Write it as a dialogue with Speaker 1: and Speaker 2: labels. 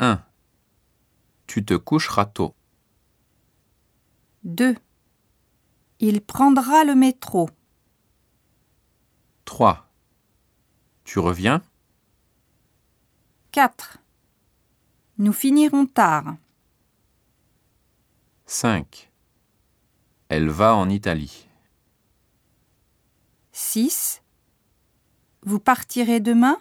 Speaker 1: 1. Tu te coucheras tôt.
Speaker 2: 2. Il prendra le métro.
Speaker 1: 3. Tu reviens.
Speaker 2: 4. Nous finirons tard.
Speaker 1: 5. Elle va en Italie.
Speaker 2: 6. Vous partirez demain